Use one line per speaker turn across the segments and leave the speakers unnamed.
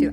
to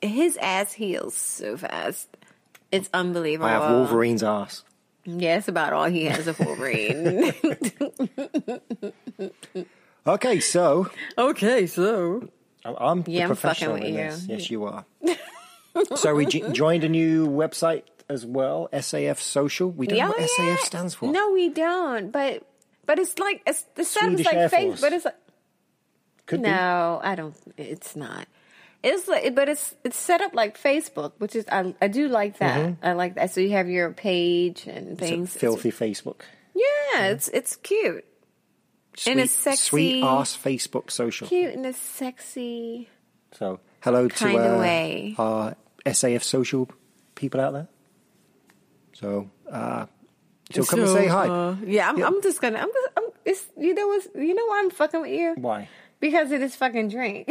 his ass heals so fast. It's unbelievable.
I have Wolverine's ass.
Yeah, it's about all he has of Wolverine.
Okay, so
okay, so
I'm- I'm the
Yeah, I'm fucking
professional
with
in
you.
this. Yes, you are. so we j- joined a new website as well, SAF Social. We don't know what SAF stands for.
No, we don't. But but it's like it's, it sounds
Swedish
like
Air
face,
Force.
but it's like
Could
no, I don't. It's not. It's like, but it's it's set up like Facebook, which is I I do like that. I like that. So you have your page and
be
things.
Mm-hmm. It's a filthy Facebook.
yeah, it's it's cute, And it's
Sweet-
sexy.
Sweet ass Facebook Social.
cute in a sexy.
So hello to
Kinda
uh,
way.
our SAF Social people out there. So uh, so come and say
uh,
hi.
yeah, I'm,
Yeah.
I'm just gonna. I'm. Just, I'm it's you know what's you know why I'm fucking with you.
Why?
Because of this fucking drink.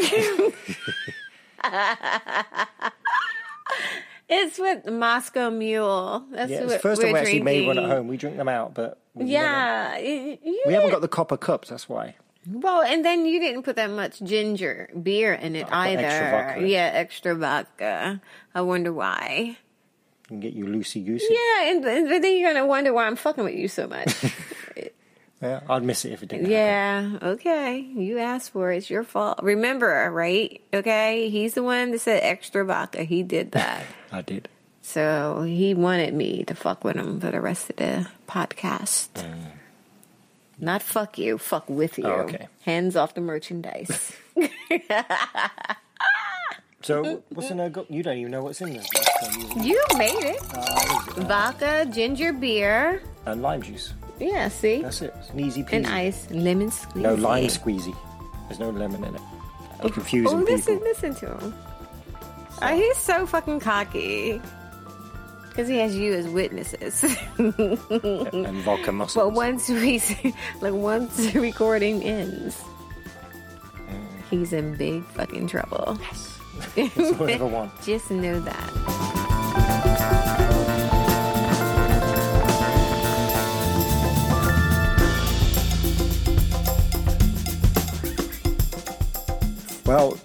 it's with Moscow Mule. That's
Yeah, it was
what
the first
we're
time we actually
drinking.
made one at home. We drink them out, but we never-
Yeah, y- you
we haven't
didn't-
got the copper cups. That's why.
well, and then you didn't put that much ginger beer in it
Oh, I
either.
put extra vodka in it.
yeah, extra vodka. I wonder why.
We can get you loosey goosey.
Yeah, and, and but then you're gonna wonder why I'm fucking with you so much.
Yeah, I'd miss it if it didn't. happen.
Yeah, okay. You asked for it. It's your fault. Remember, right? Okay. He's the one that said extra vodka. He did that.
I did.
So he wanted me to fuck with him for the rest of the podcast. Mm. Not fuck you, fuck with you.
Oh, okay.
Hands off the merchandise.
So what's in there? Go- you don't even know what's in there.
you made it. Vodka, ginger beer.
And lime juice.
Yeah, see?
That's it. It's an easy peasy.
And ice. Lemon squeezy.
No lime squeezy. There's no lemon in it. You're confusing
Oh, listen,
people.
listen to him. Oh, he's so fucking cocky. Because he has you as witnesses.
and vodka
but
mussels.
once we, like, once the recording ends, he's in big fucking trouble.
That's all I ever want.
Just know that.
Well,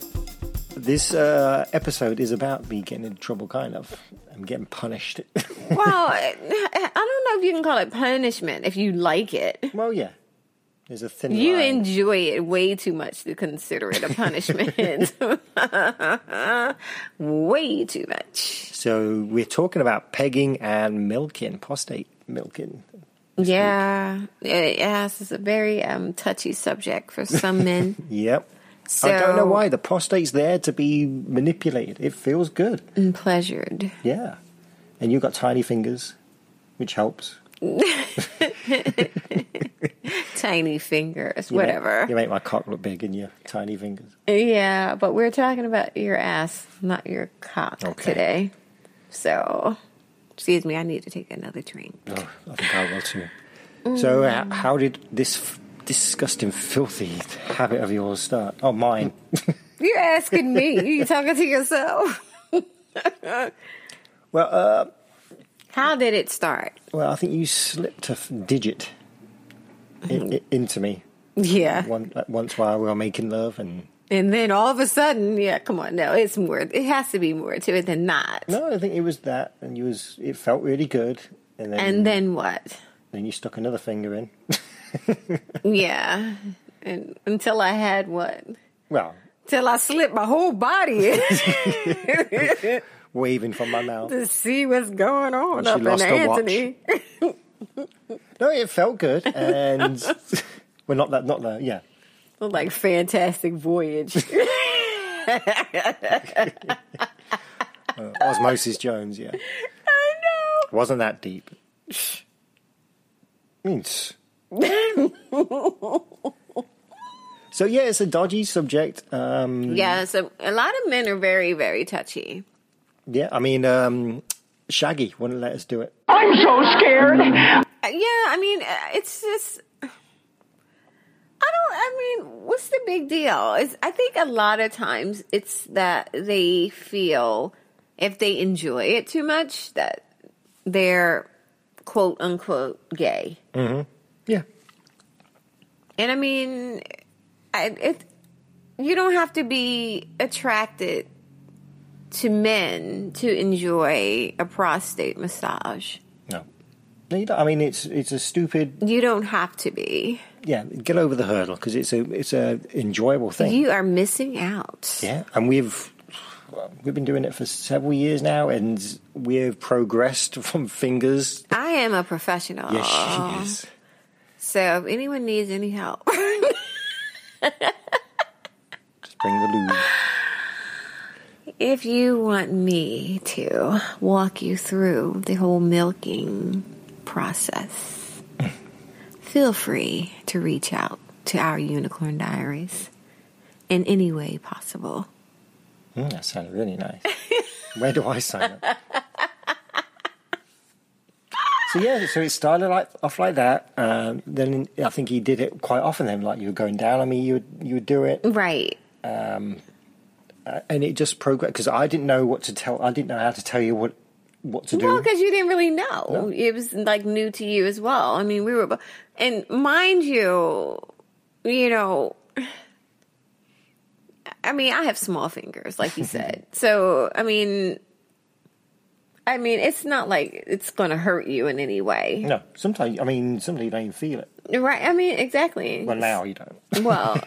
this uh, episode is about me getting into trouble, kind of. I'm getting punished.
Well, I I don't know if you can call it punishment if you like it.
well, yeah. There's a thin
You
line.
enjoy it way too much to consider it a punishment. way too much.
so we're talking about pegging and milking, prostate milking.
Yeah. It- Yes, it's a very um, touchy subject for some men.
Yep.
So,
I don't know why the prostate's there to be manipulated. It feels good.
I'm pleasured.
Yeah. And you've got tiny fingers, which helps.
Tiny fingers,
You make-
whatever.
you make my cock look big in your tiny fingers.
Yeah, but we're talking about your ass, not your cock
Okay.
today. So, excuse me, I need to take another drink.
Oh, I think I will too. So, uh, how did this f- disgusting, filthy habit of yours start? Oh, mine.
You're asking me. you talking to yourself.
well, uh,
How did it start?
well, I think you slipped a f- digit
Mm.
in, i into me
Yeah.
one, uh, once while we were making love, and
And then all of a sudden, yeah, come on, no, it's more. It has to be more to it than not.
no, I think it was that, and you was it felt really good, and then
And then what?
then you stuck another finger in.
Yeah. And until I had what?
well,
Till I slipped my whole body in
waving from my mouth.
to see what's going on
And she
up in
lost her watch.
Anthony.
No, it felt good, and we're not that, not that, yeah.
Looked Like fantastic voyage.
Uh, Osmosis Jones, yeah.
I know.
Wasn't that deep. Means. so yeah, it's a dodgy subject. Um,
Yeah, so a lot of men are very, very touchy.
yeah, I mean, um, Shaggy wouldn't let us do it.
I'm so scared.
Uh, Yeah, I mean, uh, it's just. I don't. I mean, what's the big deal? It's, I think a lot of times it's that they feel if they enjoy it too much that they're quote unquote gay.
Yeah,
And I mean, I, it you don't have to be attracted to men to enjoy a prostate massage.
no, no, you don't. I mean, it's it's a stupid.
You don't have to be.
Yeah, get over the hurdle because it's a it's a enjoyable thing.
You are missing out.
yeah, and we've we've been doing it for several years now, and we've progressed from fingers.
I am a professional.
Yes,
Ah.
she is.
So if anyone needs any help,
Just bring the lube.
if you want me to walk you through the whole milking process, feel free to reach out to our unicorn diaries in any way possible.
Mm, that sounded really nice. Where do I sign up? so yeah, so it started like off like that. Um, then I think he did it quite often. Then like you were going down on me, you would you would do it,
Right.
and it just progressed because I didn't know what to tell. I didn't know how to tell you what what to do.
Well, because you didn't really know. It was like new to you as well. I mean, we were, bo- and mind you, you know, I mean, I have small fingers, like you said. so, I mean, I mean, it's not like it's going to hurt you in any way,
no, sometimes I mean sometimes you don't even feel it.
right? I mean, exactly.
Well, now you don't.
Well,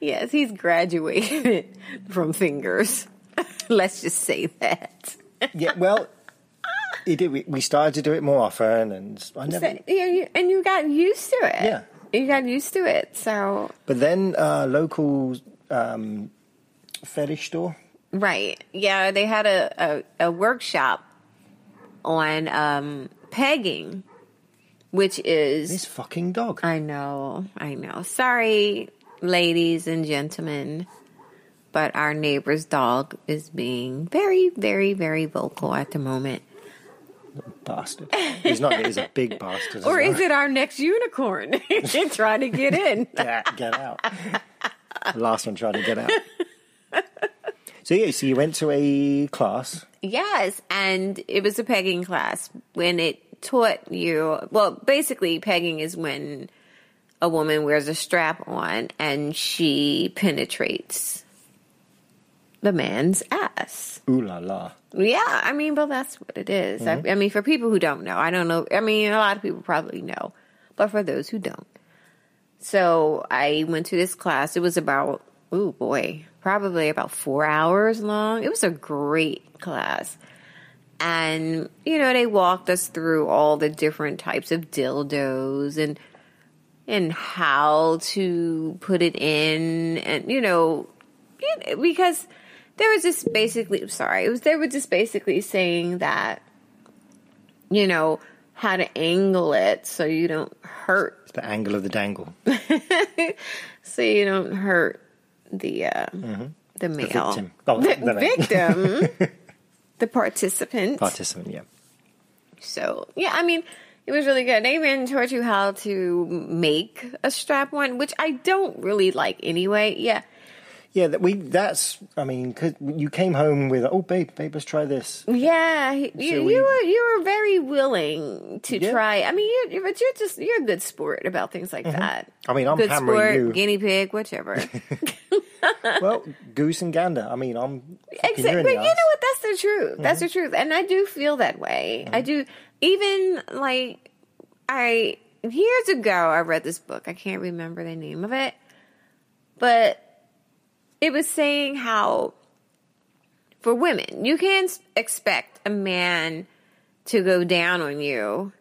yes, he's graduated from fingers. Let's just say that.
Yeah, well, it did. We, we started to do it more often, and I never.
So, you, you- and you got used to it.
Yeah.
You got used to it. So,
But then uh, local um, fetish store.
right. Yeah, they had a, a, a workshop on um, pegging, which is.
This fucking dog.
I know, I know. Sorry, ladies and gentlemen, but our neighbor's dog is being very, very, very vocal at the moment.
bastard. He's not. He's a big bastard. as
Or
well.
is it our next unicorn trying to get in?
Get out. Get out. the last one tried to get out. So yeah, so you went to a class.
Yes, and it was a pegging class when it taught you. Well, basically, pegging is when a woman wears a strap on and she penetrates the man's ass.
Ooh la la.
Yeah, I mean, well, that's what it is. I, I mean, for people who don't know, I don't know. I mean, a lot of people probably know, but for those who don't, so I went to this class. It was about oh boy, probably about four hours long. It was a great class, and you know they walked us through all the different types of dildos and and how to put it in, and you know yeah, because there was just basically sorry it was they were just basically saying that you know how to angle it so you don't hurt
The angle of the dangle.
so you don't hurt the uh the male
Mm-hmm. victim. Oh,
the,
the man.
victim the participant
Participant. Yeah.
so yeah i mean it was really good. They even taught you how to make a strap one, which I don't really like anyway. Yeah,
Yeah. That we. That's. I mean, 'cause you came home with. Oh, babe, babe, let's try this.
Yeah, he- you,
we-
you were you were very willing to
Yeah.
try. I mean, you, you- but you're just you're a good sport about things like that.
Mm-hmm. I mean, I'm
good
hammering
sport,
you.
guinea pig, whichever.
well, goose and gander. I mean, I'm. fucking
Exactly.
you
But
in the Mm-hmm.
you know
arse.
what? That's the truth. That's the truth. And I do feel that way. I
Mm-hmm.
do. Even like I years ago, I read this book. I can't remember the name of it, but it was saying how for women, you can't s- expect a man to go down on you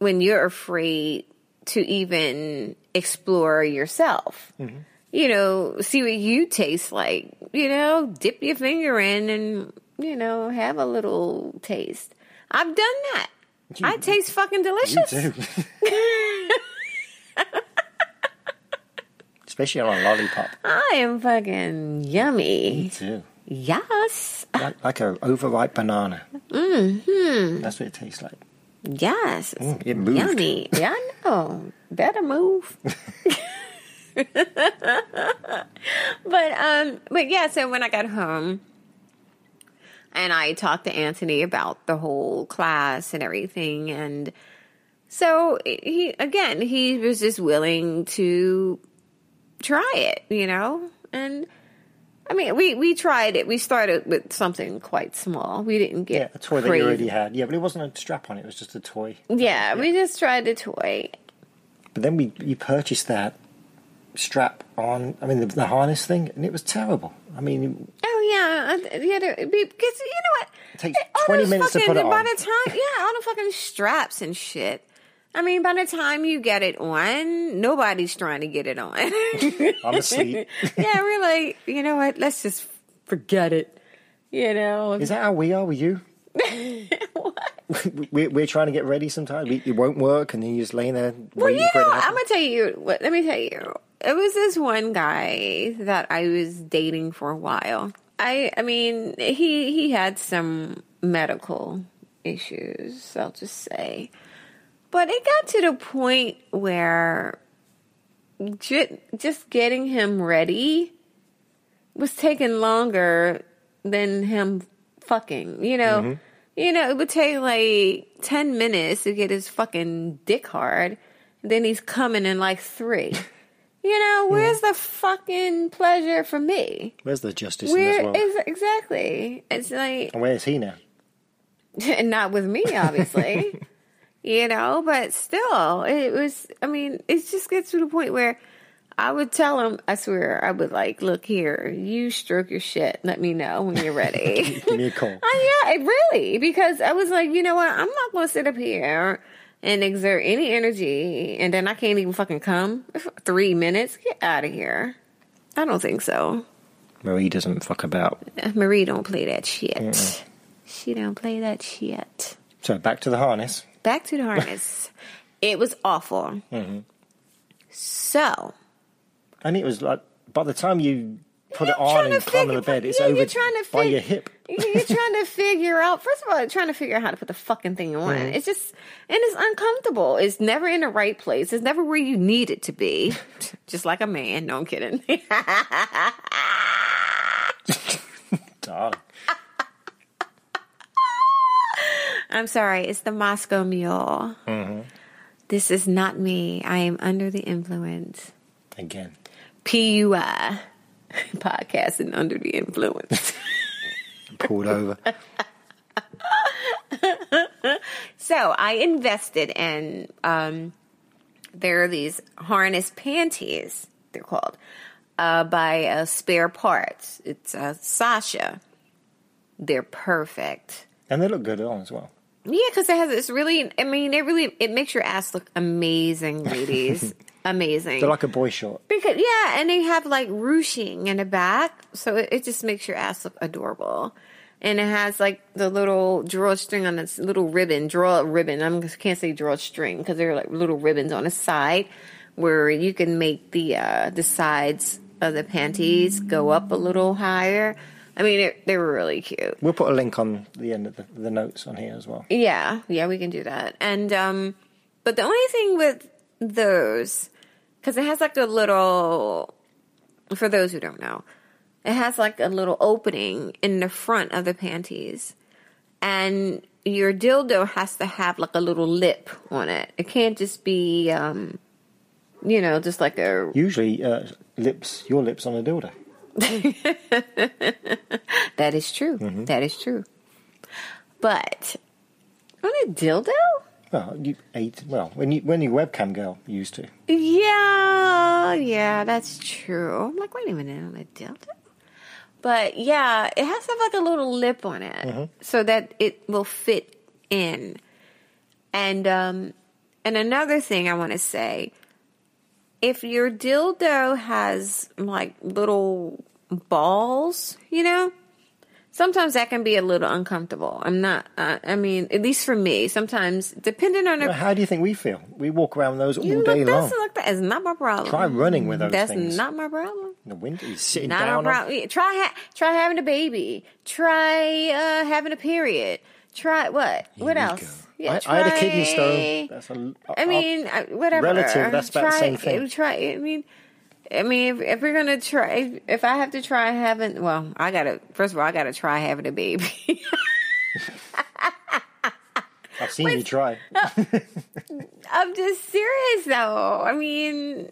when you're afraid to even explore yourself. You know, see what you taste like. You know, dip your finger in and, you know, have a little taste. I've done that. I taste fucking delicious.
You do. Especially on a lollipop.
I am fucking yummy.
too.
Yes.
Like, like a overripe banana. Mm-hmm. That's what it tastes like.
Yes.
It moved.
Yummy. Yeah, I know. Better move. but um but yeah, so when I got home and I talked to Anthony about the whole class and everything and so he again, he was just willing to try it, you know? And I mean, we, we tried it. We started with something quite small. We didn't get
Yeah, a toy that
crazy.
you already had. Yeah, but it wasn't a strap on it. It was just a toy.
Yeah, we just tried the toy.
But then we you purchased that strap on. I mean, the, the harness thing, and it was terrible. I mean,
Oh yeah, I th- yeah. Because you know what?
It takes
all
20
those
minutes to
fucking-
put it
by
on.
the time, yeah, all the fucking straps and shit. I mean, by the time you get it on, nobody's trying to get it on.
I'm asleep.
yeah, we're like, you know what? Let's just forget it. You know,
Is that how we are with you? We're, we're trying to get ready sometimes. We, it won't work, and then you're just laying there
Well,
waiting
you
for it
know,
to
I'm
happen.
gonna tell you. What, let me tell you. It was this one guy that I was dating for a while. I, I mean, he he had some medical issues. I'll just say, but it got to the point where ju- just getting him ready was taking longer than him fucking. You know,
Mm-hmm.
you know, it would take like ten minutes to get his fucking dick hard. Then he's coming in like three. you know, where's the fucking pleasure for me?
Where's the justice in this
Where
world?
is exactly? It's like
and where is he now?
and not with me, obviously. you know, but still, it was. I mean, it just gets to the point where I would tell him, I swear, I would like, look here, you stroke your shit. Let me know when you're ready.
Give me a call.
Oh yeah, it really because I was like, you know what? I'm not going to sit up here and exert any energy, and then I can't even fucking come. Three minutes, get out of here. I don't think so.
Marie doesn't fuck about.
Marie don't play that shit. She don't play that shit.
So back to the harness.
Back to the harness. it was awful. So
And it was like, by the time you put
Yeah,
it
I'm
on
trying
and
to
climb on
figure-
the bed, it's
yeah,
over
you're trying to
by
fig-
your hip.
You- You're trying to figure out. First of all, you're trying to figure out how to put the fucking thing on. It's just, and it's uncomfortable. It's never in the right place. It's never where you need it to be. just like a man. No, I'm kidding.
Darling.
I'm sorry. It's the Moscow Mule. This is not me. I am under the influence.
Again.
PUI podcast and under the influence.
Pulled over.
So I invested in um, there are these harness panties they're called uh, by uh, Spare Parts. It's uh, Sasha. They're perfect.
And they look good on as well.
Yeah, because it has it's really. I mean, it really it makes your ass look amazing, ladies. amazing.
They're like a boy short.
Because yeah, and they have like ruching in the back, so it, it just makes your ass look adorable. And it has like the little drawstring on this little ribbon, draw ribbon. I'm just can't say drawstring because they're like little ribbons on the side where you can make the uh, the sides of the panties go up a little higher. I mean, they they were really cute.
We'll put a link on the end of the, the notes on here as well.
Yeah, yeah, we can do that. And um but the only thing with those cuz it has like a little for those who don't know. It has like a little opening in the front of the panties. And your dildo has to have like a little lip on it. It can't just be um you know, just like a
Usually, uh, lips, your lips on a dildo.
That is true. That is true. But on a dildo?
Well, you ate, well, when you, when you webcam girl used to.
Yeah, yeah, that's true. I'm like, wait a minute, on a dildo? But yeah, it has to have like a little lip on it so that it will fit in. And um and another thing I want to say, if your dildo has like little balls, you know, sometimes that can be a little uncomfortable. I'm not uh, I mean, at least for me, sometimes depending on the
Well, How do you think we feel? We walk around those all
you
day
look
long.
this look that is not my problem.
Try running with those
That's
things.
not my problem.
In the winter, you're sitting
Not
down.
a
on,
problem. Yeah, Try ha- try having a baby. Try uh, having a period. Try what? what
you
else?
go. I, I had a kidney stone.
try-
That's a,
I mean, I- whatever.
relative, that's about the
Try-
same thing.
uh, Try. I mean, I mean, if, if we're gonna try, if, if I have to try having, well, I gotta. First of all, I gotta try having a baby.
I've seen you try.
I'm just serious though. I mean,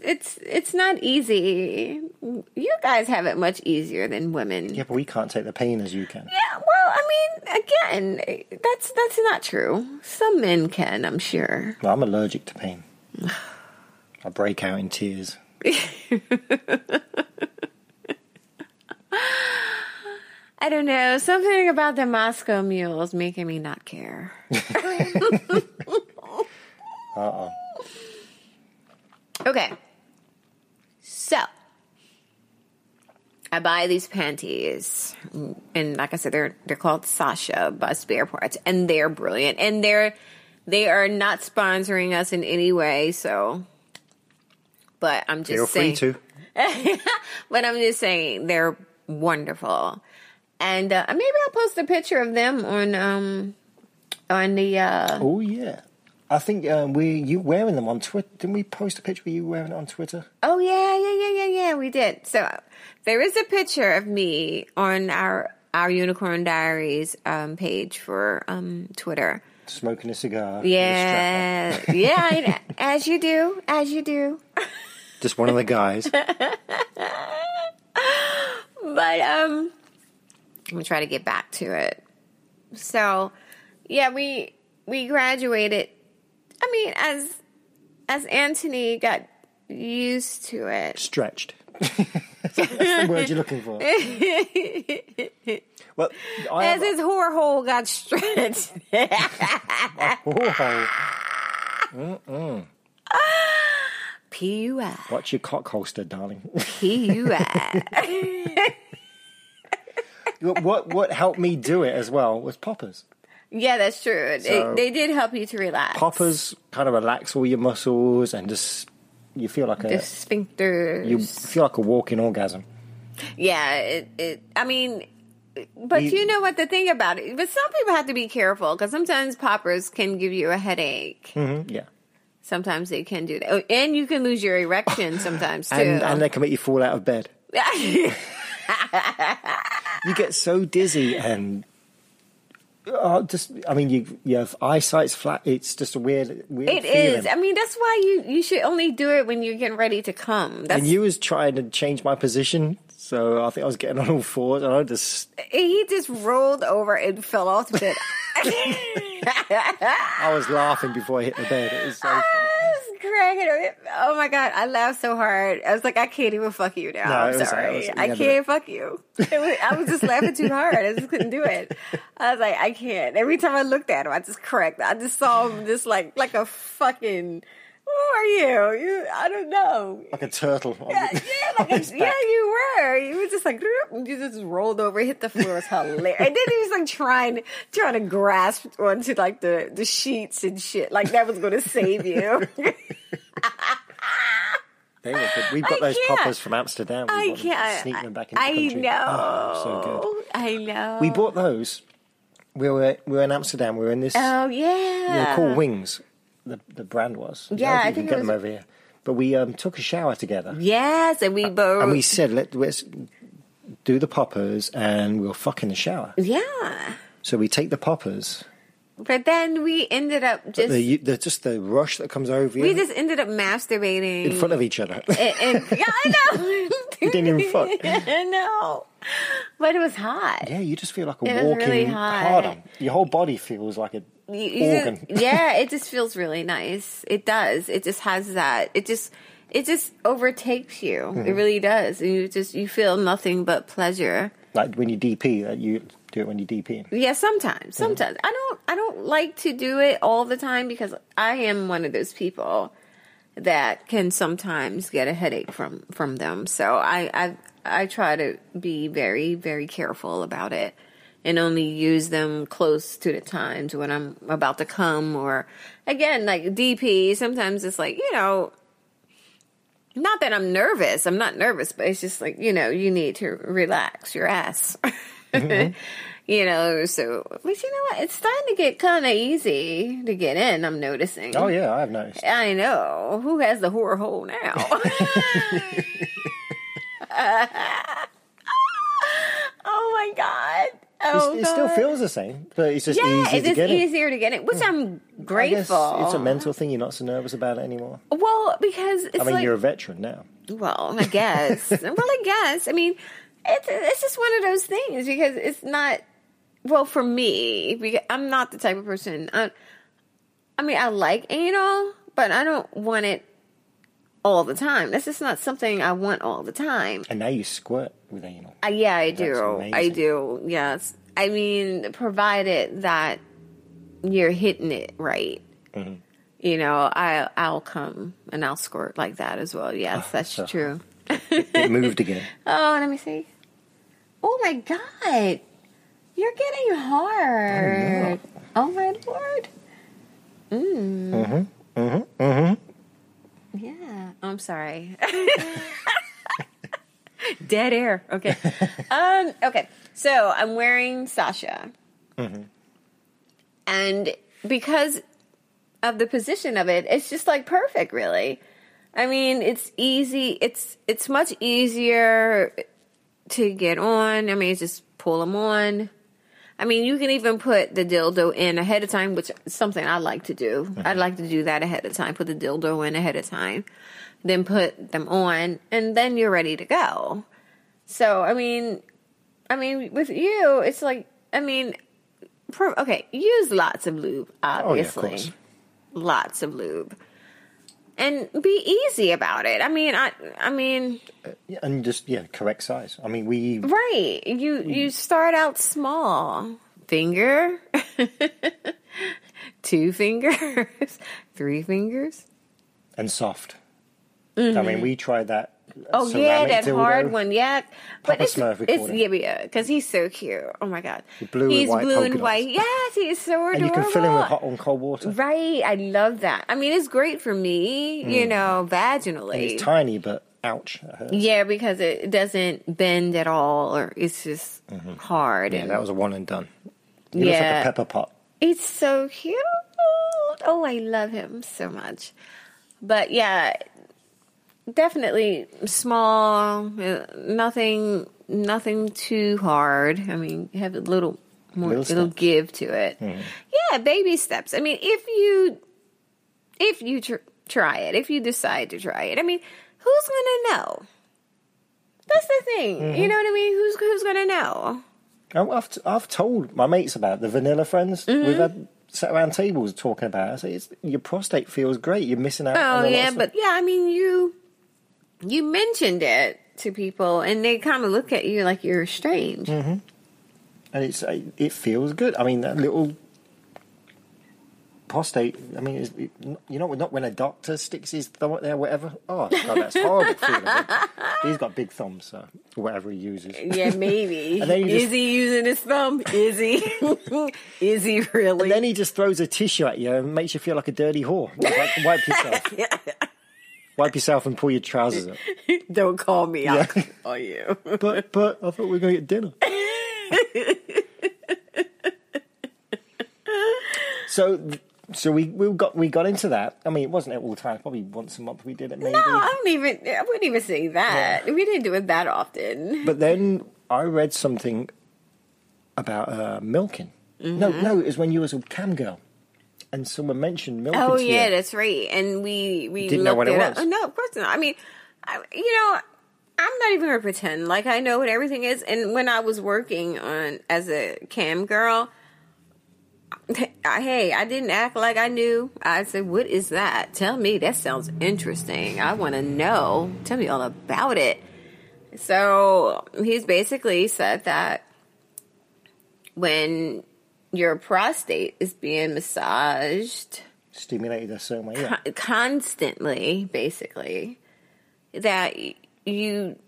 it's it's not easy. You guys have it much easier than women.
Yeah, but we can't take the pain as you can.
Yeah, well, I mean, again, that's that's not true. Some men can, I'm sure.
Well, I'm allergic to pain. I break out in tears.
I don't know. Something about the Moscow mule is making me not care.
Uh-oh.
Okay. So I buy these panties, and like I said, they're they're called Sasha by Spare Parts, and they're brilliant, and they're they are not sponsoring us in any way. So, but I'm just
Feel free
saying,
to.
but I'm just saying they're wonderful, and uh, maybe I'll post a picture of them on um on the uh,
Oh, yeah. I think um, we you wearing them on Twitter. Didn't we post a picture of you wearing it on Twitter?
Oh yeah, yeah, yeah, yeah, yeah. We did. So uh, there is a picture of me on our our Unicorn Diaries um, page for um, Twitter.
Smoking a cigar. with a strap
Yeah, yeah. I- as you do, as you do.
on. Just one of the guys.
But um, I'm gonna try to get back to it. So yeah, we we graduated. I mean, as as Anthony got used to it.
Stretched. That's the word you're looking for. well, I
As
have
his whore hole got stretched.
oh,
P U I.
watch your cock holster, darling.
P U I.
what what- what helped me do it as well was poppers.
Yeah, that's true. It-
So-
they did help you to relax.
Poppers kind of relax all your muscles and just you feel like a
The sphincter.
you feel like a walking orgasm.
Yeah, it, it. I mean, but
You-
you, know what the thing about it. But some people have to be careful because sometimes poppers can give you a headache.
Mm-hmm. Yeah.
Sometimes they can do that, Oh, and you can lose your erection sometimes too.
And and they can make you fall out of bed. You get so dizzy and oh, just I mean you you have eyesight's flat. It's just a weird weird
It
feeling.
is. I mean, that's why you you should only do it when you're getting ready to come. That's
and you was trying to change my position, so I think I was getting on all fours, and I just
he just rolled over and fell off the bed.
I was laughing before I hit the bed. It was so
I
funny.
was cracking up. Oh my god, I laughed so hard. I was like, I can't even fuck you now.
No,
I'm
it was-
sorry,
it was- you
I
had to-
can't fuck you. It was, I was just laughing too hard. I just couldn't do it. I was like, I can't. Every time I looked at him, I just cracked. I just saw him just like like a fucking. Who are you? You, I don't know.
like a turtle. on
Yeah,
the-
yeah, like a, yeah, you were. You were just like "Droop," and you just rolled over, hit the floor. It was hilarious. And then he was like trying, trying to grasp onto like the the sheets and shit. Like that was going to save you.
They were good. We've got
I
those
can't.
poppers from Amsterdam. We
I
bought them,
can't.
sneak them back in the
I
country.
know.
Oh, so good.
I know.
We bought those. We were we were in Amsterdam. We were in this.
Oh
they
yeah.
were called Wings. The the brand was.
Yeah,
don't
I
you can
think it
get
was-
them over here. But we um, took a shower together,
Yes, and we both.
Uh, and we said, Let, "Let's do the poppers, and we'll fuck in the shower."
yeah,
So we take the poppers.
but then we ended up just.
The, the just the rush that comes over you
we just ended up masturbating
in front of each other.
and, and- yeah, I know.
You didn't even fuck.
I know, but it was hot.
yeah, you just feel like a
It was
walking
really hot.
hard on. Your whole body feels like a
You- you just-
organ.
yeah, it just feels really nice. It does. It just has that. It just it just overtakes you.
Mm-hmm.
It really does. And you just you feel nothing but pleasure.
like when you DP, that you do it when you DP.
Yeah, sometimes. Sometimes. I don't I don't like to do it all the time because I am one of those people that can sometimes get a headache from from them. So I I I try to be very very careful about it and only use them close to the times when I'm about to come or again like DP sometimes it's like, you know, not that I'm nervous. I'm not nervous, but it's just like, you know, you need to relax your ass. you know, so, but you know what? It's starting to get kind of easy to get in, I'm noticing.
Oh yeah, I've noticed.
I know. Who has the whore hole now? oh my God. Oh,
It's- it still
God.
feels the same, but it's just
Yeah,
easy
it's
to
just
get it. Hmm.
easier to get it, which I'm
I guess
grateful.
It's a mental thing. You're not so nervous about it anymore.
well, because it's
I mean,
like,
you're a veteran now.
Well, I guess. well, I guess. I mean, it's it's just one of those things because it's not. Well, for me, because I'm not the type of person. I, I mean, I like anal, but I don't want it all the time. That's just not something I want all the time.
And now you squirt with anal.
I, yeah, I do.
amazing.
I do. Yes. I mean, provided that you're hitting it right. You know, I I'll come and I'll squirt like that as well. Yes, that's
so-
true.
It moved again.
Oh, let me see. Oh my god. You're getting hard. Oh my lord. Mm. Mm-hmm. Mm-hmm. Yeah. Oh, I'm sorry. Dead air. Okay. um, okay. So I'm wearing Sasha. Mm-hmm. And because of the position of it, it's just like perfect really. I mean, it's easy. It's it's much easier to get on. I mean, it's just pull them on. I mean, you can even put the dildo in ahead of time, which is something I like to do.
Mm-hmm.
I like to do that ahead of time. Put the dildo in ahead of time, then put them on, and then you're ready to go. So, I mean, I mean, with you, it's like, I mean, pro- okay, use lots of lube,
Oh yeah, of
obviously
course.
lots of lube. and be easy about it. I mean, I I mean,
Yeah, and just yeah, correct size. I mean, we
right. You
Hmm.
you start out small. Finger. Two fingers, three fingers.
and soft. I mean, we tried that.
Mm-hmm. Oh yeah,
ceramic
that
dildo.
hard one. Yeah, but
Papa
it's,
Smurf we
it's
called
yeah,
him.
yeah, because he's so cute. Oh my god,
blue and
he's
white
blue
polka
and
dots.
white. Yes, he's so adorable.
And you can fill in with hot and cold water.
Right, I love that. I mean, it's great for me, you know, vaginally.
It's Hmm. tiny, but ouch. it hurts.
yeah, because it doesn't bend at all, or it's just hard.
Mm-hmm. Yeah,
and
that was a one and done. He looks like
Yeah.
a pepper pot.
It's so cute. Oh, I love him so much. But yeah, definitely small. uh, Nothing, nothing too hard. I mean, have a little more,
Little
little,
steps. Hmm.
give to it. Yeah, baby steps. I mean, if you, if you tr- try it, if you decide to try it, I mean, who's gonna know? That's the thing.
Mm-hmm.
You know what I mean? Who's who's gonna know?
Oh, I've, I've told my mates about the vanilla friends.
Mm-hmm.
We've had sat around tables talking about it. I say, it's, your prostate feels great. You're missing out. on a
Oh
lot of
yeah,
stuff.
but yeah, I mean you you mentioned it to people and they kind of look at you like you're strange.
Mm-hmm. and it's uh, it feels good. I mean, that little prostate. I mean, it's, it, you know, not when a doctor sticks his thumb up there, whatever. Oh God, that's horrible. feeling. But He's got big thumbs, so whatever he uses.
Yeah, maybe.
And then you
Is
just-
he using his thumb? Is he? Is he really?
And then he just throws a tissue at you and makes you feel like a dirty whore. It's like, wipe yourself. Wipe yourself and pull your trousers up.
Don't call me. I'll call you.
But but I thought we were going to get dinner. so so we we got we got into that. I mean, it wasn't at all times. Probably once a month we did it, maybe.
No, I don't even. I wouldn't even say that. We didn't do it that often.
But then I read something about uh, milking. No,
Mm-hmm.
no, it was when you was a cam girl, and someone mentioned milking.
Oh
to
yeah,
you.
that's right. And we we
Didn't know
looked
what it
up.
was.
Oh, no, of course not. I mean, I, you know, I'm not even gonna pretend like I know what everything is. And when I was working on as a cam girl, I, hey, I didn't act like I knew. I said, "What is that? Tell me. That sounds interesting. I want to know. Tell me all about it." So he's basically said that when your prostate is being massaged
stimulated a certain way. Yeah.
con- constantly, basically, that y- you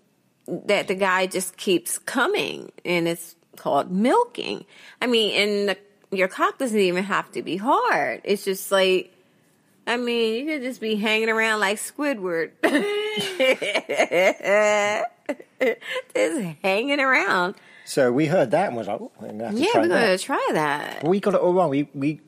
that the guy just keeps coming, and it's called milking. I mean, and the, your cock doesn't even have to be hard. It's just like, I mean, you could just be hanging around like Squidward, just hanging around.
So we heard that and was like, oh, I'm gonna have to
Yeah,
try
we're
that.
gonna try that.
But we got it all wrong. We we,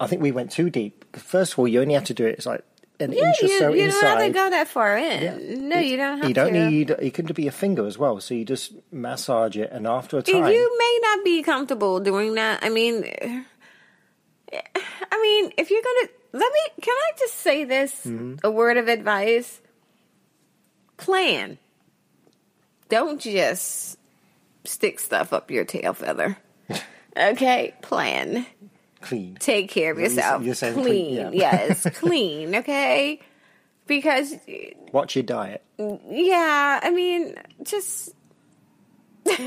I think we went too deep. First of all, you only have to do it. It's like an
Yeah,
inch or
you,
so
you don't
inside.
have to go that far in.
Yeah.
No, you don't have
You don't
to.
need. It could be a finger as well. So you just massage it, and after a time,
You may not be comfortable doing that. I mean, I mean, if you're gonna let me, can I just say this?
Mm-hmm.
A word of advice: plan. Don't just stick stuff up your tail feather. okay, plan.
clean.
Take care of
s-
yourself.
you're saying
clean,
clean, yeah.
yes, clean. Okay, because
Watch your diet.
yeah, I mean, just that's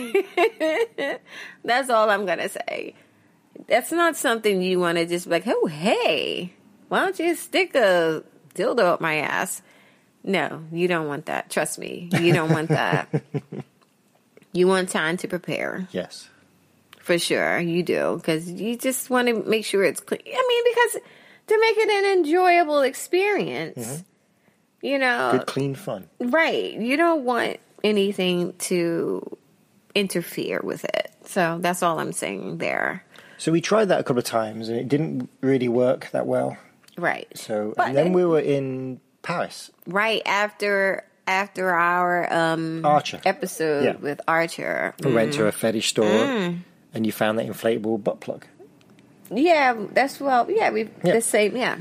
all I'm gonna say. That's not something you want to just be like, oh hey, why don't you stick a dildo up my ass? No, you don't want that. Trust me, you don't want that. you want time to prepare
Yes.
for sure. You do because you just want to make sure it's clean. I mean, because to make it an enjoyable experience, you know,
Good, clean fun.
Right. You don't want anything to interfere with it. So that's all I'm saying there.
So we tried that a couple of times, and it didn't really work that well.
Right.
So
But
and then
it-
we were in Paris.
right after after our um
Archer.
episode
Yeah. Mm.
with Archer.
We went to a
Mm.
fetish store, and you found that inflatable butt plug.
Yeah, that's well yeah, we
Yeah.
the same yeah.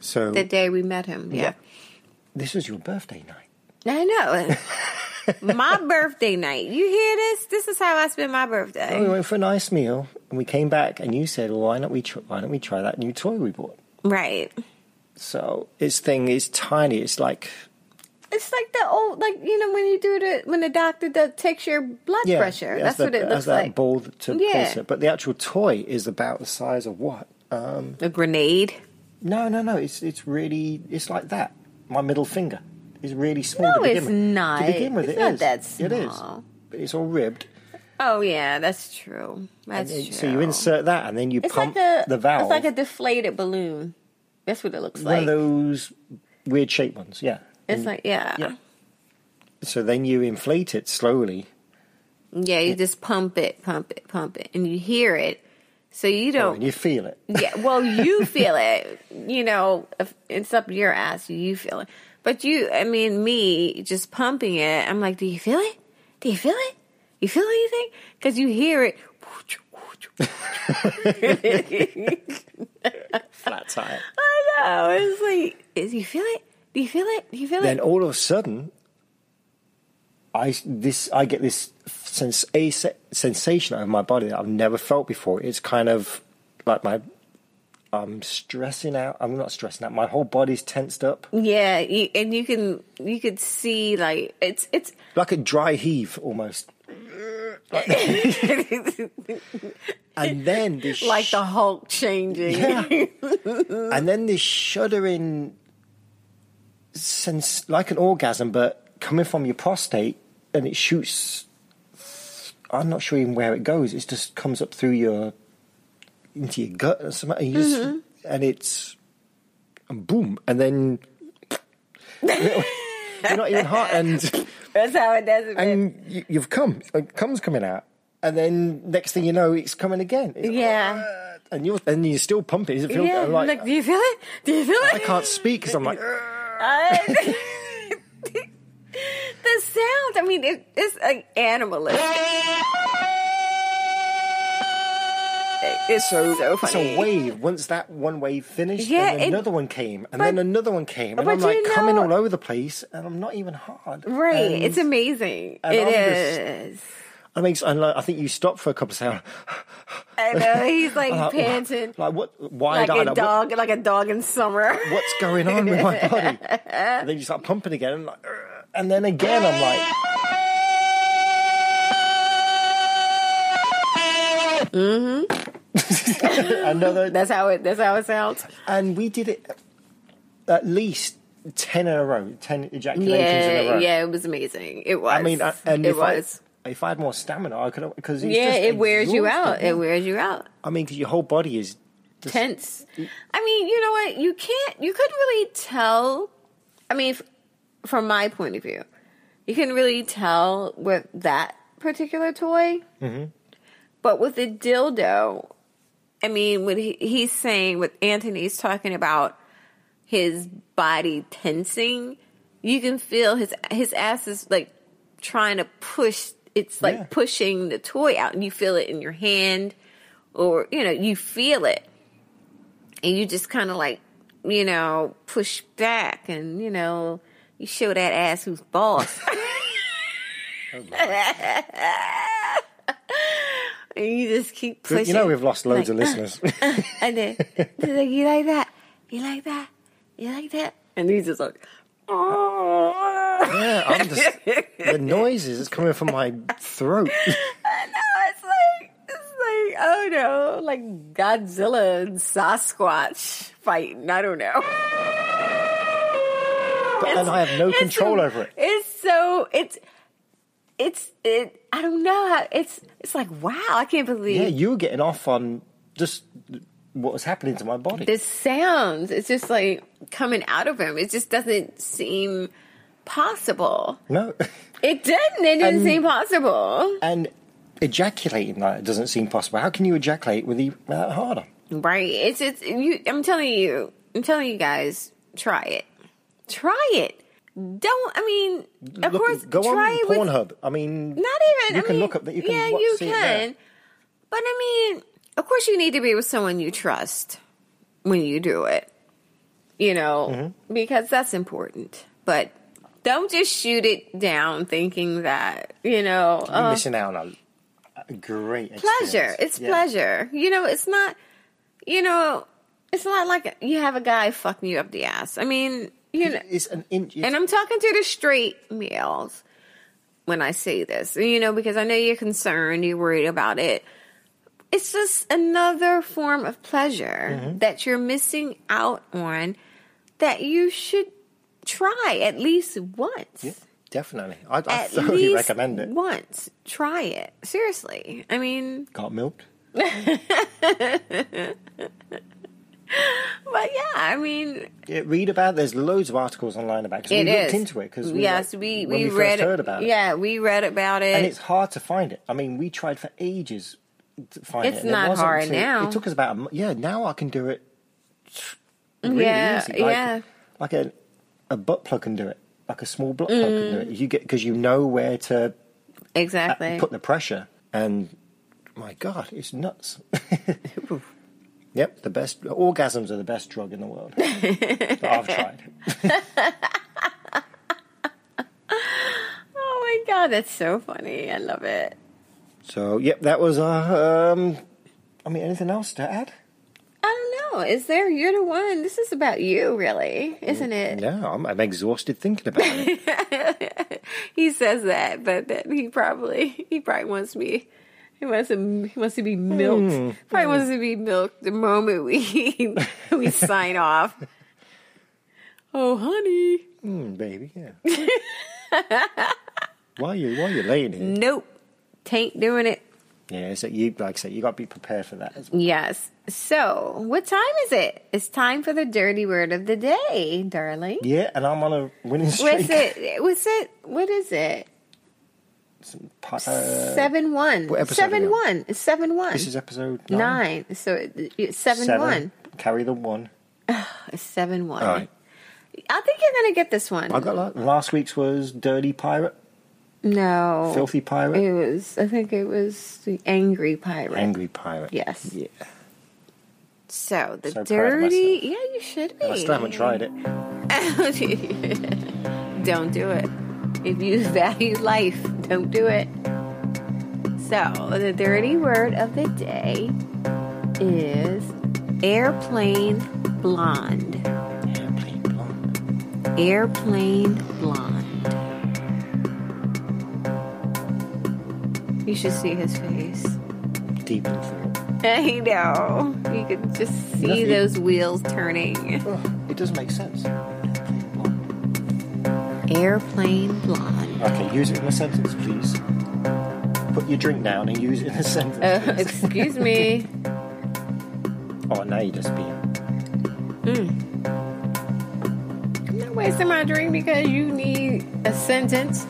So
The day we met him. Yeah.
this was your birthday night.
I know. my birthday night. You hear this? This is how I spend my birthday.
We went for a nice meal, and we came back, and you said, well, "Why don't we? Tr- why don't we try that new toy we bought?"
Right.
So his thing is tiny. It's like
It's like the old, like you know, when you do the when the doctor does, takes your blood
yeah,
pressure.
it has
That's
the-
what it
has
looks
that
like.
ball to
Yeah.
pulse it. But the actual toy is about the size of what? Um,
a grenade.
no, no, no. It's it's really it's like that. My middle finger is really small.
No,
to begin
it's
with.
not.
To begin with,
It's
it
not
is.
that
It
small.
is. But it's all ribbed.
Oh yeah, that's true. That's
And
true.
so you insert that, and then you
It's
pump
like a
the valve.
It's like a deflated balloon. That's what it looks
one
like.
of those weird shaped ones. Yeah.
it's like yeah, yeah.
yeah. So then you inflate it slowly.
you just pump it, pump it, pump it, and you hear it. So you
And
don't.
you feel it.
yeah, well, you feel it. You know, if it's up your ass. You feel it. But you, I mean, me just pumping it. I'm like, do you feel it? Do you feel it? You feel anything? Because you hear it.
Flat tire.
I know. It's like, is you feel it? Do you feel it? Do you feel
then
it?
all of a sudden, I this I get this sense a se- sensation out of my body that I've never felt before. It's kind of like my I'm stressing out. I'm not stressing out. My whole body's tensed up,
Yeah, you, and you can you could see like it's it's
like a dry heave almost. And then this
like the Hulk changing.
Yeah. and then this shuddering sense, like an orgasm, but coming from your prostate, and it shoots. I'm not sure even where it goes. It just comes up through your into your gut or something, and, you just-
Mm-hmm.
and it's and boom, and then you're not even hot, and
That's how it does it. man.
and you, you've come, it comes coming out, and then next thing you know, it's coming again. It's-
Yeah.
and you're and you're still pumping. Does it feel
yeah,
I'm like,
like, do you feel it? Do you feel it?
I can't speak because I'm like,
I- the sound. I mean, it, it's like animalistic. It's so, so
it's
funny.
a wave. Once that one wave finished,
Yeah,
then
it-
another one came, and
but-
then another one came, and
but
I'm like
you know-
coming all over the place, and I'm not even hard.
Right.
And
it's amazing.
and
It
I'm just-
is.
I mean, I, like, I think you stopped for a couple of seconds.
I know. He's like
like,
panting.
Like what? Uh, Why
Like a
did I? Like, what,
dog, like a dog in summer.
what's going on with my body? And then you start pumping again, and, like, "Ugh," and then again, I'm like. Mm-hmm. Another
That's how it. That's how it sounds.
and we did it at least 10 in a row 10 ejaculations in a
Yeah,
row
yeah. It was amazing. It was.
i mean I- and
it
if
was.
I, if i had more stamina i could because
yeah, it wears you out. It wears you out.
i mean 'cause your whole body is just,
tense. I mean, you know what? You can't. You couldn't really tell. I mean, f- from my point of view, you can really tell with that particular toy.
Mm-hmm.
But with the dildo, I mean, what he, he's saying, what Anthony's talking about, his body tensing. You can feel his his ass is like trying to push. It's like
Yeah.
pushing the toy out, and you feel it in your hand, or you know, you feel it, and you just kind of like you know push back, and you know, you show that ass who's boss.
Oh,
And you just keep pushing.
you know we've lost loads of
Like,
listeners
and then he's like, "You like that? You like that? You like that?" And he's just like, "Oh."
yeah i'm just the noises is coming from my throat
I know it's like it's like oh no, like Godzilla and Sasquatch fighting. I don't know.
but, and i have no
It's-
control over it
It's so it's it's it. I don't know how it's it's like wow, I can't believe
yeah you were getting off on just what was happening to my body
the sounds. It's just like coming out of him. It just doesn't seem possible.
no
It didn't. It didn't seem possible.
and ejaculating like it doesn't seem possible how can you ejaculate with the, without harder
Right. It's it's you I'm telling you. I'm telling you guys, try it. Try it. Don't I mean of
Look-
course
go
try
on
it with
Pornhub. I mean,
not even
You
I
can
mean,
look up that. You can
Yeah,
watch,
you
see it there.
can. But I mean, of course you need to be with someone you trust when you do it. You know,
Mm-hmm.
because that's important. But don't just shoot it down thinking that, you know,
You're
oh,
missing out on a, a great
pleasure.
experience.
It's
Yeah.
pleasure. You know, it's not. You know, It's not like you have a guy fucking you up the ass. I mean, you know,
It's an inch. It's,
and I'm talking to the straight males when I say this, you know, because I know you're concerned, you're worried about it. It's just another form of pleasure
Mm-hmm.
that you're missing out on that you should try at least once.
yeah, definitely. I, I
At
thoroughly
least
recommend it.
Once. Try it. Seriously. I mean,
Got milk?
but yeah, I mean,
Yeah, read about. There's loads of articles online about. Cause we
it
looked
is.
into it because
yes, we
when
we,
we
read
first heard about it.
Yeah, we read about it.
and it's uh, hard to find it. I mean, we tried for ages to find it.
It's
and it
not
wasn't
hard
too-
now.
It took us about a mo- yeah. Now I can do it. Really
Yeah,
easy. Like,
yeah.
Like a a butt plug can do it. Like a small butt plug can
Mm.
do it. You get because you know where to uh,
exactly.
put the pressure. And my God, it's nuts. yep, the best orgasms are the best drug in the world. that I've tried.
oh my god, that's so funny. I love it.
So yep, that was our. Um, I mean, anything else to add?
I don't know. Is there? You're the one. This is about you, really, isn't it?
No, I'm, I'm exhausted thinking about it.
He says that, but that he probably he probably wants me. He wants to he wants to be milked.
Hmm.
Probably wants to be milked the moment we we sign off. Oh, honey.
Mm, baby, yeah. why you why you laying here?
Nope. Tain't doing it.
Yeah, so you like I said, you got to be prepared for that. as well.
Yes. So, what time is it? It's time for the dirty word of the day, darling.
Yeah, and I'm on a winning streak.
What's it? What's it? What is it?
Some pa- uh,
seven one.
what episode are
Seven
we on?
one. It's seven one.
this is episode nine.
nine. So it- it's seven,
Seven.
one.
Carry the one.
It's seven one.
All right.
I think you're gonna get this one.
I got like, last week's was dirty pirate,
no.
filthy pirate,
It was. I think it was the angry pirate.
angry pirate.
Yes.
Yeah.
So the
So proud of
dirty. Yeah, you should be.
I still haven't tried it.
don't do it. If you value life, don't do it. So, the dirty word of the day is airplane blonde.
Airplane blonde.
Airplane blonde. You should see his face.
Deep in thought.
I know. You could just see
Nothing-
those wheels turning.
Oh, it doesn't make sense. Airplane
Airplane
blonde.
blonde.
Okay, use it in a sentence, please. Put your drink down and use it in a sentence.
Uh,
please.
excuse me.
Oh, now you're just being.
I'm not wasting my drink because you need a sentence.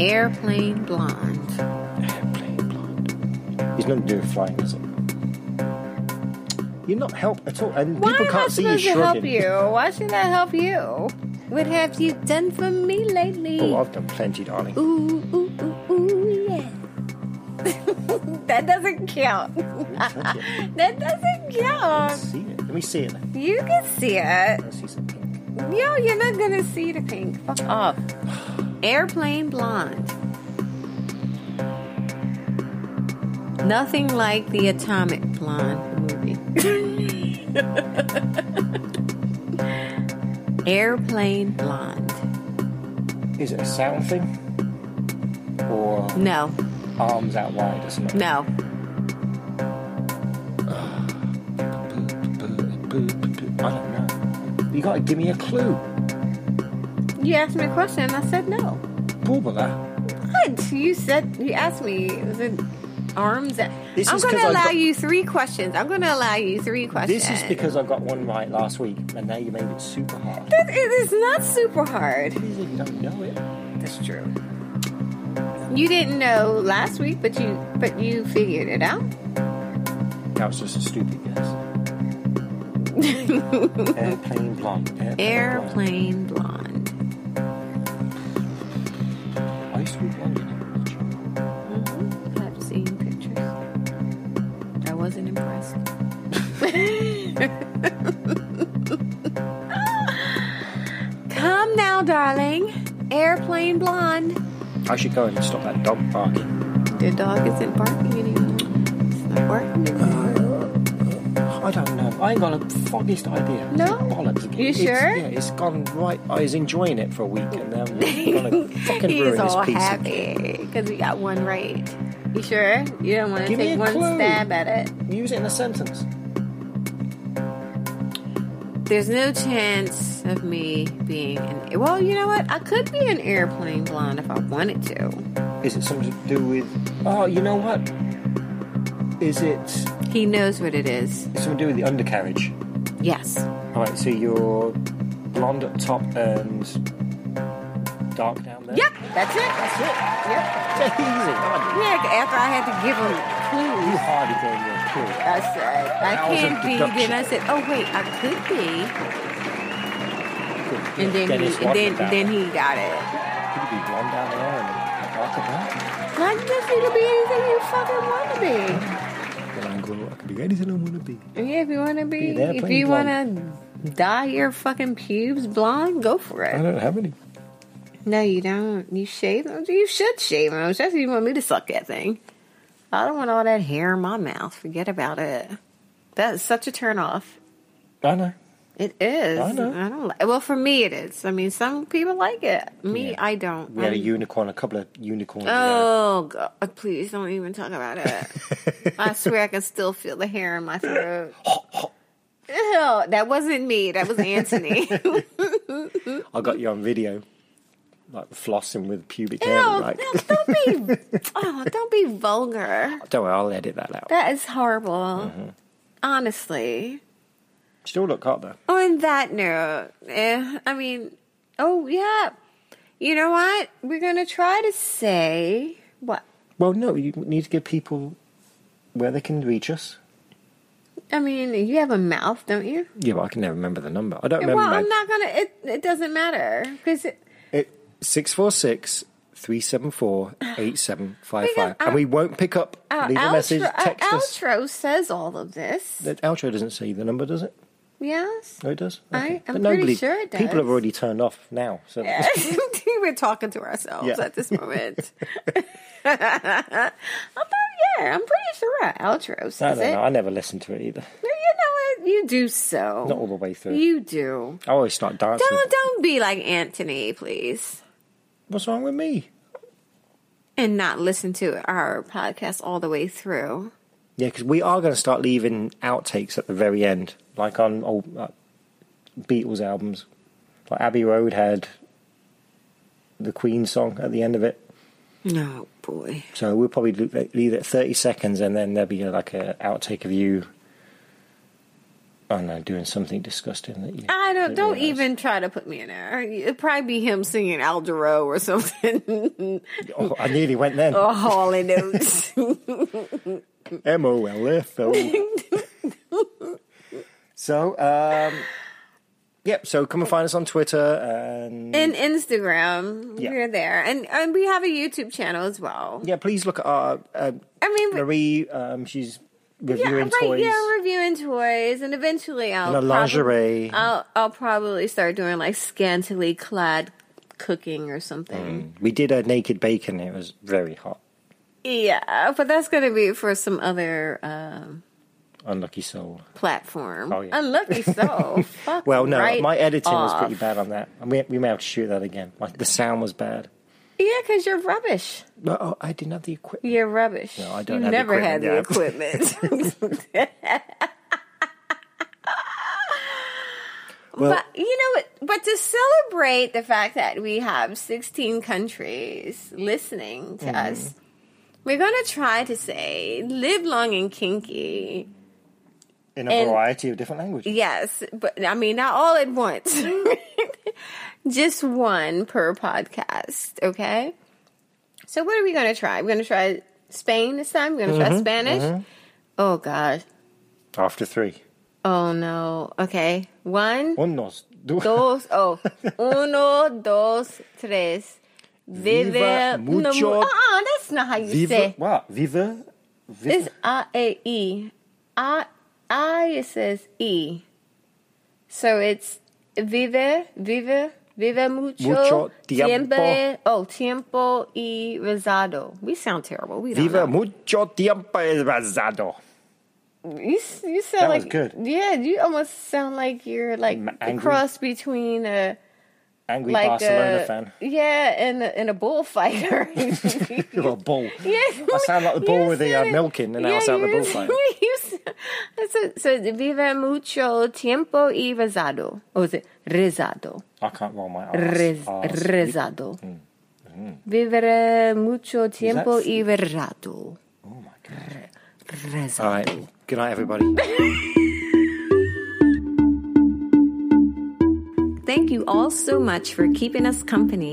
Airplane blonde.
Airplane blonde. It's nothing to do with flying, is it? You're not help at all, and
Why
people
am
can't
I
see you
supposed to help
shrugging.
you? Why should I help you? What have you done for me lately?
Oh, I've done plenty, darling.
Ooh, ooh, ooh, ooh, yeah. that doesn't count.
Let
That doesn't
me
count.
see it. Let me see it. Let
You can see it.
me see some pink.
Yo, you're not gonna see the pink. Fuck off. Oh. Airplane blonde. Nothing like the Atomic Blonde movie. Airplane blonde.
Is it a sound thing? Or
No,
arms out wide or something?
no.
I don't know. You gotta give me a clue.
You asked me a question. I said no.
Bubba.
What? You said you asked me. Was it arms? out-
This
I'm
is
gonna
'cause I
allow
got-
you three questions. I'm gonna allow you three questions.
This is because I got one right last week, and now you made it super hard.
That- it is not super hard.
It is if you don't know it.
That's true. You didn't know last week, but you but you figured it out.
That was just a stupid guess. Airplane blonde. Airplane. blonde.
Airplane blonde.
I used to be blonde. you know.
I've seen pictures. I wasn't impressed. Come now, darling. Airplane blonde.
I should go and stop that dog barking.
The dog isn't barking anymore. It's not barking anymore.
I don't know. I ain't got the foggiest idea.
No?
Bollocks.
You
It's-
sure?
Yeah, it's gone right. I was enjoying it for a week and then Oh, I'm going to fucking ruin
He's
this
all
piece.
happy because he got one right. You sure? You don't want to
Give me
take
a
one
clue.
stab at it.
Use it in a sentence.
There's no chance of me being an. Well, you know what? I could be an airplane blonde if I wanted to.
Is it something to do with. Oh, you know what? Is it
He knows what it is.
something to do with the undercarriage?
Yes.
Alright, so you're blonde up top and dark down there?
Yep. That's it.
That's it.
Yep.
Easy. aren't you?
Yeah. After I had to give him
You
clues,
hardy girl, you're cool.
I said I
Hours of
can't be. Then
deduction.
I said, oh wait, I could be.
Good.
And then
Dennis
he, and then
Rodman down
then
there.
he got it.
Could be blonde down there and darker down?
Like just you to be anything you fucking want to be.
Then I grow up, I could be anything I want to be.
Yeah, if you want to be,
Be there,
if
plain
you want
blonde.
to dye your fucking pubes blonde, go for it.
don't have any.
No, you don't. You shave them. You should shave them, especially if you want me to suck that thing. I don't want all that hair in my mouth. Forget about it. That's such a turn off.
I know.
It is.
I know.
don't like. Well, for me, it is. I mean, some people like it. Me,
Yeah.
I don't.
We had a
I'm-
unicorn, a couple of unicorns.
Oh God! Please don't even talk about it. I swear I can still feel the hair in my throat. Ew, that wasn't me. That was Anthony.
uh, I got you on video, like flossing with pubic hair.
Ew,
like,
no, don't be. Oh, don't be vulgar.
don't worry, I'll edit that out.
That is horrible.
Mm-hmm.
Honestly.
Still look hot though.
On that note, eh, I mean, oh yeah. You know what? We're gonna try to say what
Well, no, you need to give people where they can reach us.
I mean, you have a mouth, don't you?
Yeah, but I can never remember the number. I don't remember.
well,
my-
I'm not gonna. It it doesn't matter because
It, 646 374 8755.
Because I-
And we won't pick up,
our,
leave a message,
outro, our
text us.
outro says all of this.
The outro doesn't say the number, does it?
Yes.
No, Oh, it does.
I- I'm
But
pretty sure it
People
does.
have already turned off now. So
We're talking to ourselves
Yeah.
at this moment. I'm not, yeah, I'm pretty sure our outro
I
says
don't
it.
know. I never listen to it either.
No, You know what? You do so.
Not all the way through.
You do.
I always start dancing.
Don't don't be like Anthony, please,
What's wrong with me?
and not listen to our podcast all the way through.
Yeah, because we are going to start leaving outtakes at the very end, like on old uh, Beatles albums. Like Abbey Road had the Queen song at the end of it.
No, boy.
So we'll probably do- leave it 30 seconds and then there'll be like a outtake of you, I don't know, doing something disgusting that you.
I don't.
didn't
Don't
realise.
even try to put me in there. It'd probably be him singing Aldero or something.
Oh, I nearly went then.
or Hall and Oates.
M O L E. F O. So, um, yep. So come and find us on Twitter and
and Instagram.
Yeah.
We're there, and and we have a YouTube channel as well.
yeah, please look at our um
I mean, we-
Marie. Um, she's
yeah,
reviewing
right,
toys.
yeah, reviewing toys, and eventually I'll
The
prob-
lingerie.
I'll I'll probably start doing like scantily clad cooking or something.
We did a naked bacon. It was very hot.
Yeah, but that's gonna be for some other um,
Unlucky soul.
platform.
Oh, yeah.
Unlucky so. Fuck
Well, no,
right
my editing was
off.
pretty bad on that. And we, we may have to shoot that again. Like the sound was bad.
Yeah, because you're rubbish.
But oh, I didn't have the equipment.
You're rubbish. No,
I don't
You
have
never had the
equipment,
equipment.
Well,
but you know what? But to celebrate the fact that we have 16 countries listening to us, we're going to try to say live long and kinky.
in a
and-
variety of different languages.
Yes, but I mean, not all at once. Just one per podcast, okay? So, what are we going to try? We're going to try Spain this time. We're going to try Spanish. Oh, God.
After three.
Oh, no. Okay. One,
Unos. dos.
dos, oh, uno, dos, tres. Vive,
Viva
no,
mucho-
mu- uh-uh, that's not how you
Viva.
say.
What? Viva. Viva.
It's I A E. I I it says E. So it's vive, vive, vive mucho,
Mucho tiempo.
siempre- oh, tiempo y rezado. We sound terrible. We don't
Viva
know.
mucho tiempo el basado.
You s- you sound
That
like
was good.
Yeah, you almost sound like you're like
M-
a
angry.
cross between a
Angry
like
Barcelona
a
fan.
yeah and a, and a bullfighter.
You're a bull.
Yes,
I sound like the bull
you
with the uh,
said it.
milking, and now I sound like the
you
bullfighter.
said- you said- I said- so it's vive mucho tiempo y rezado. Or is it rezado?
I can't roll my eyes.
Rez,
Eyes.
rezado.
Mm.
Vivere mucho tiempo
That's-
y verado.
Oh my god.
Rezado.
All right. Good night, everybody.
Thank you all so much for keeping us company.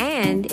And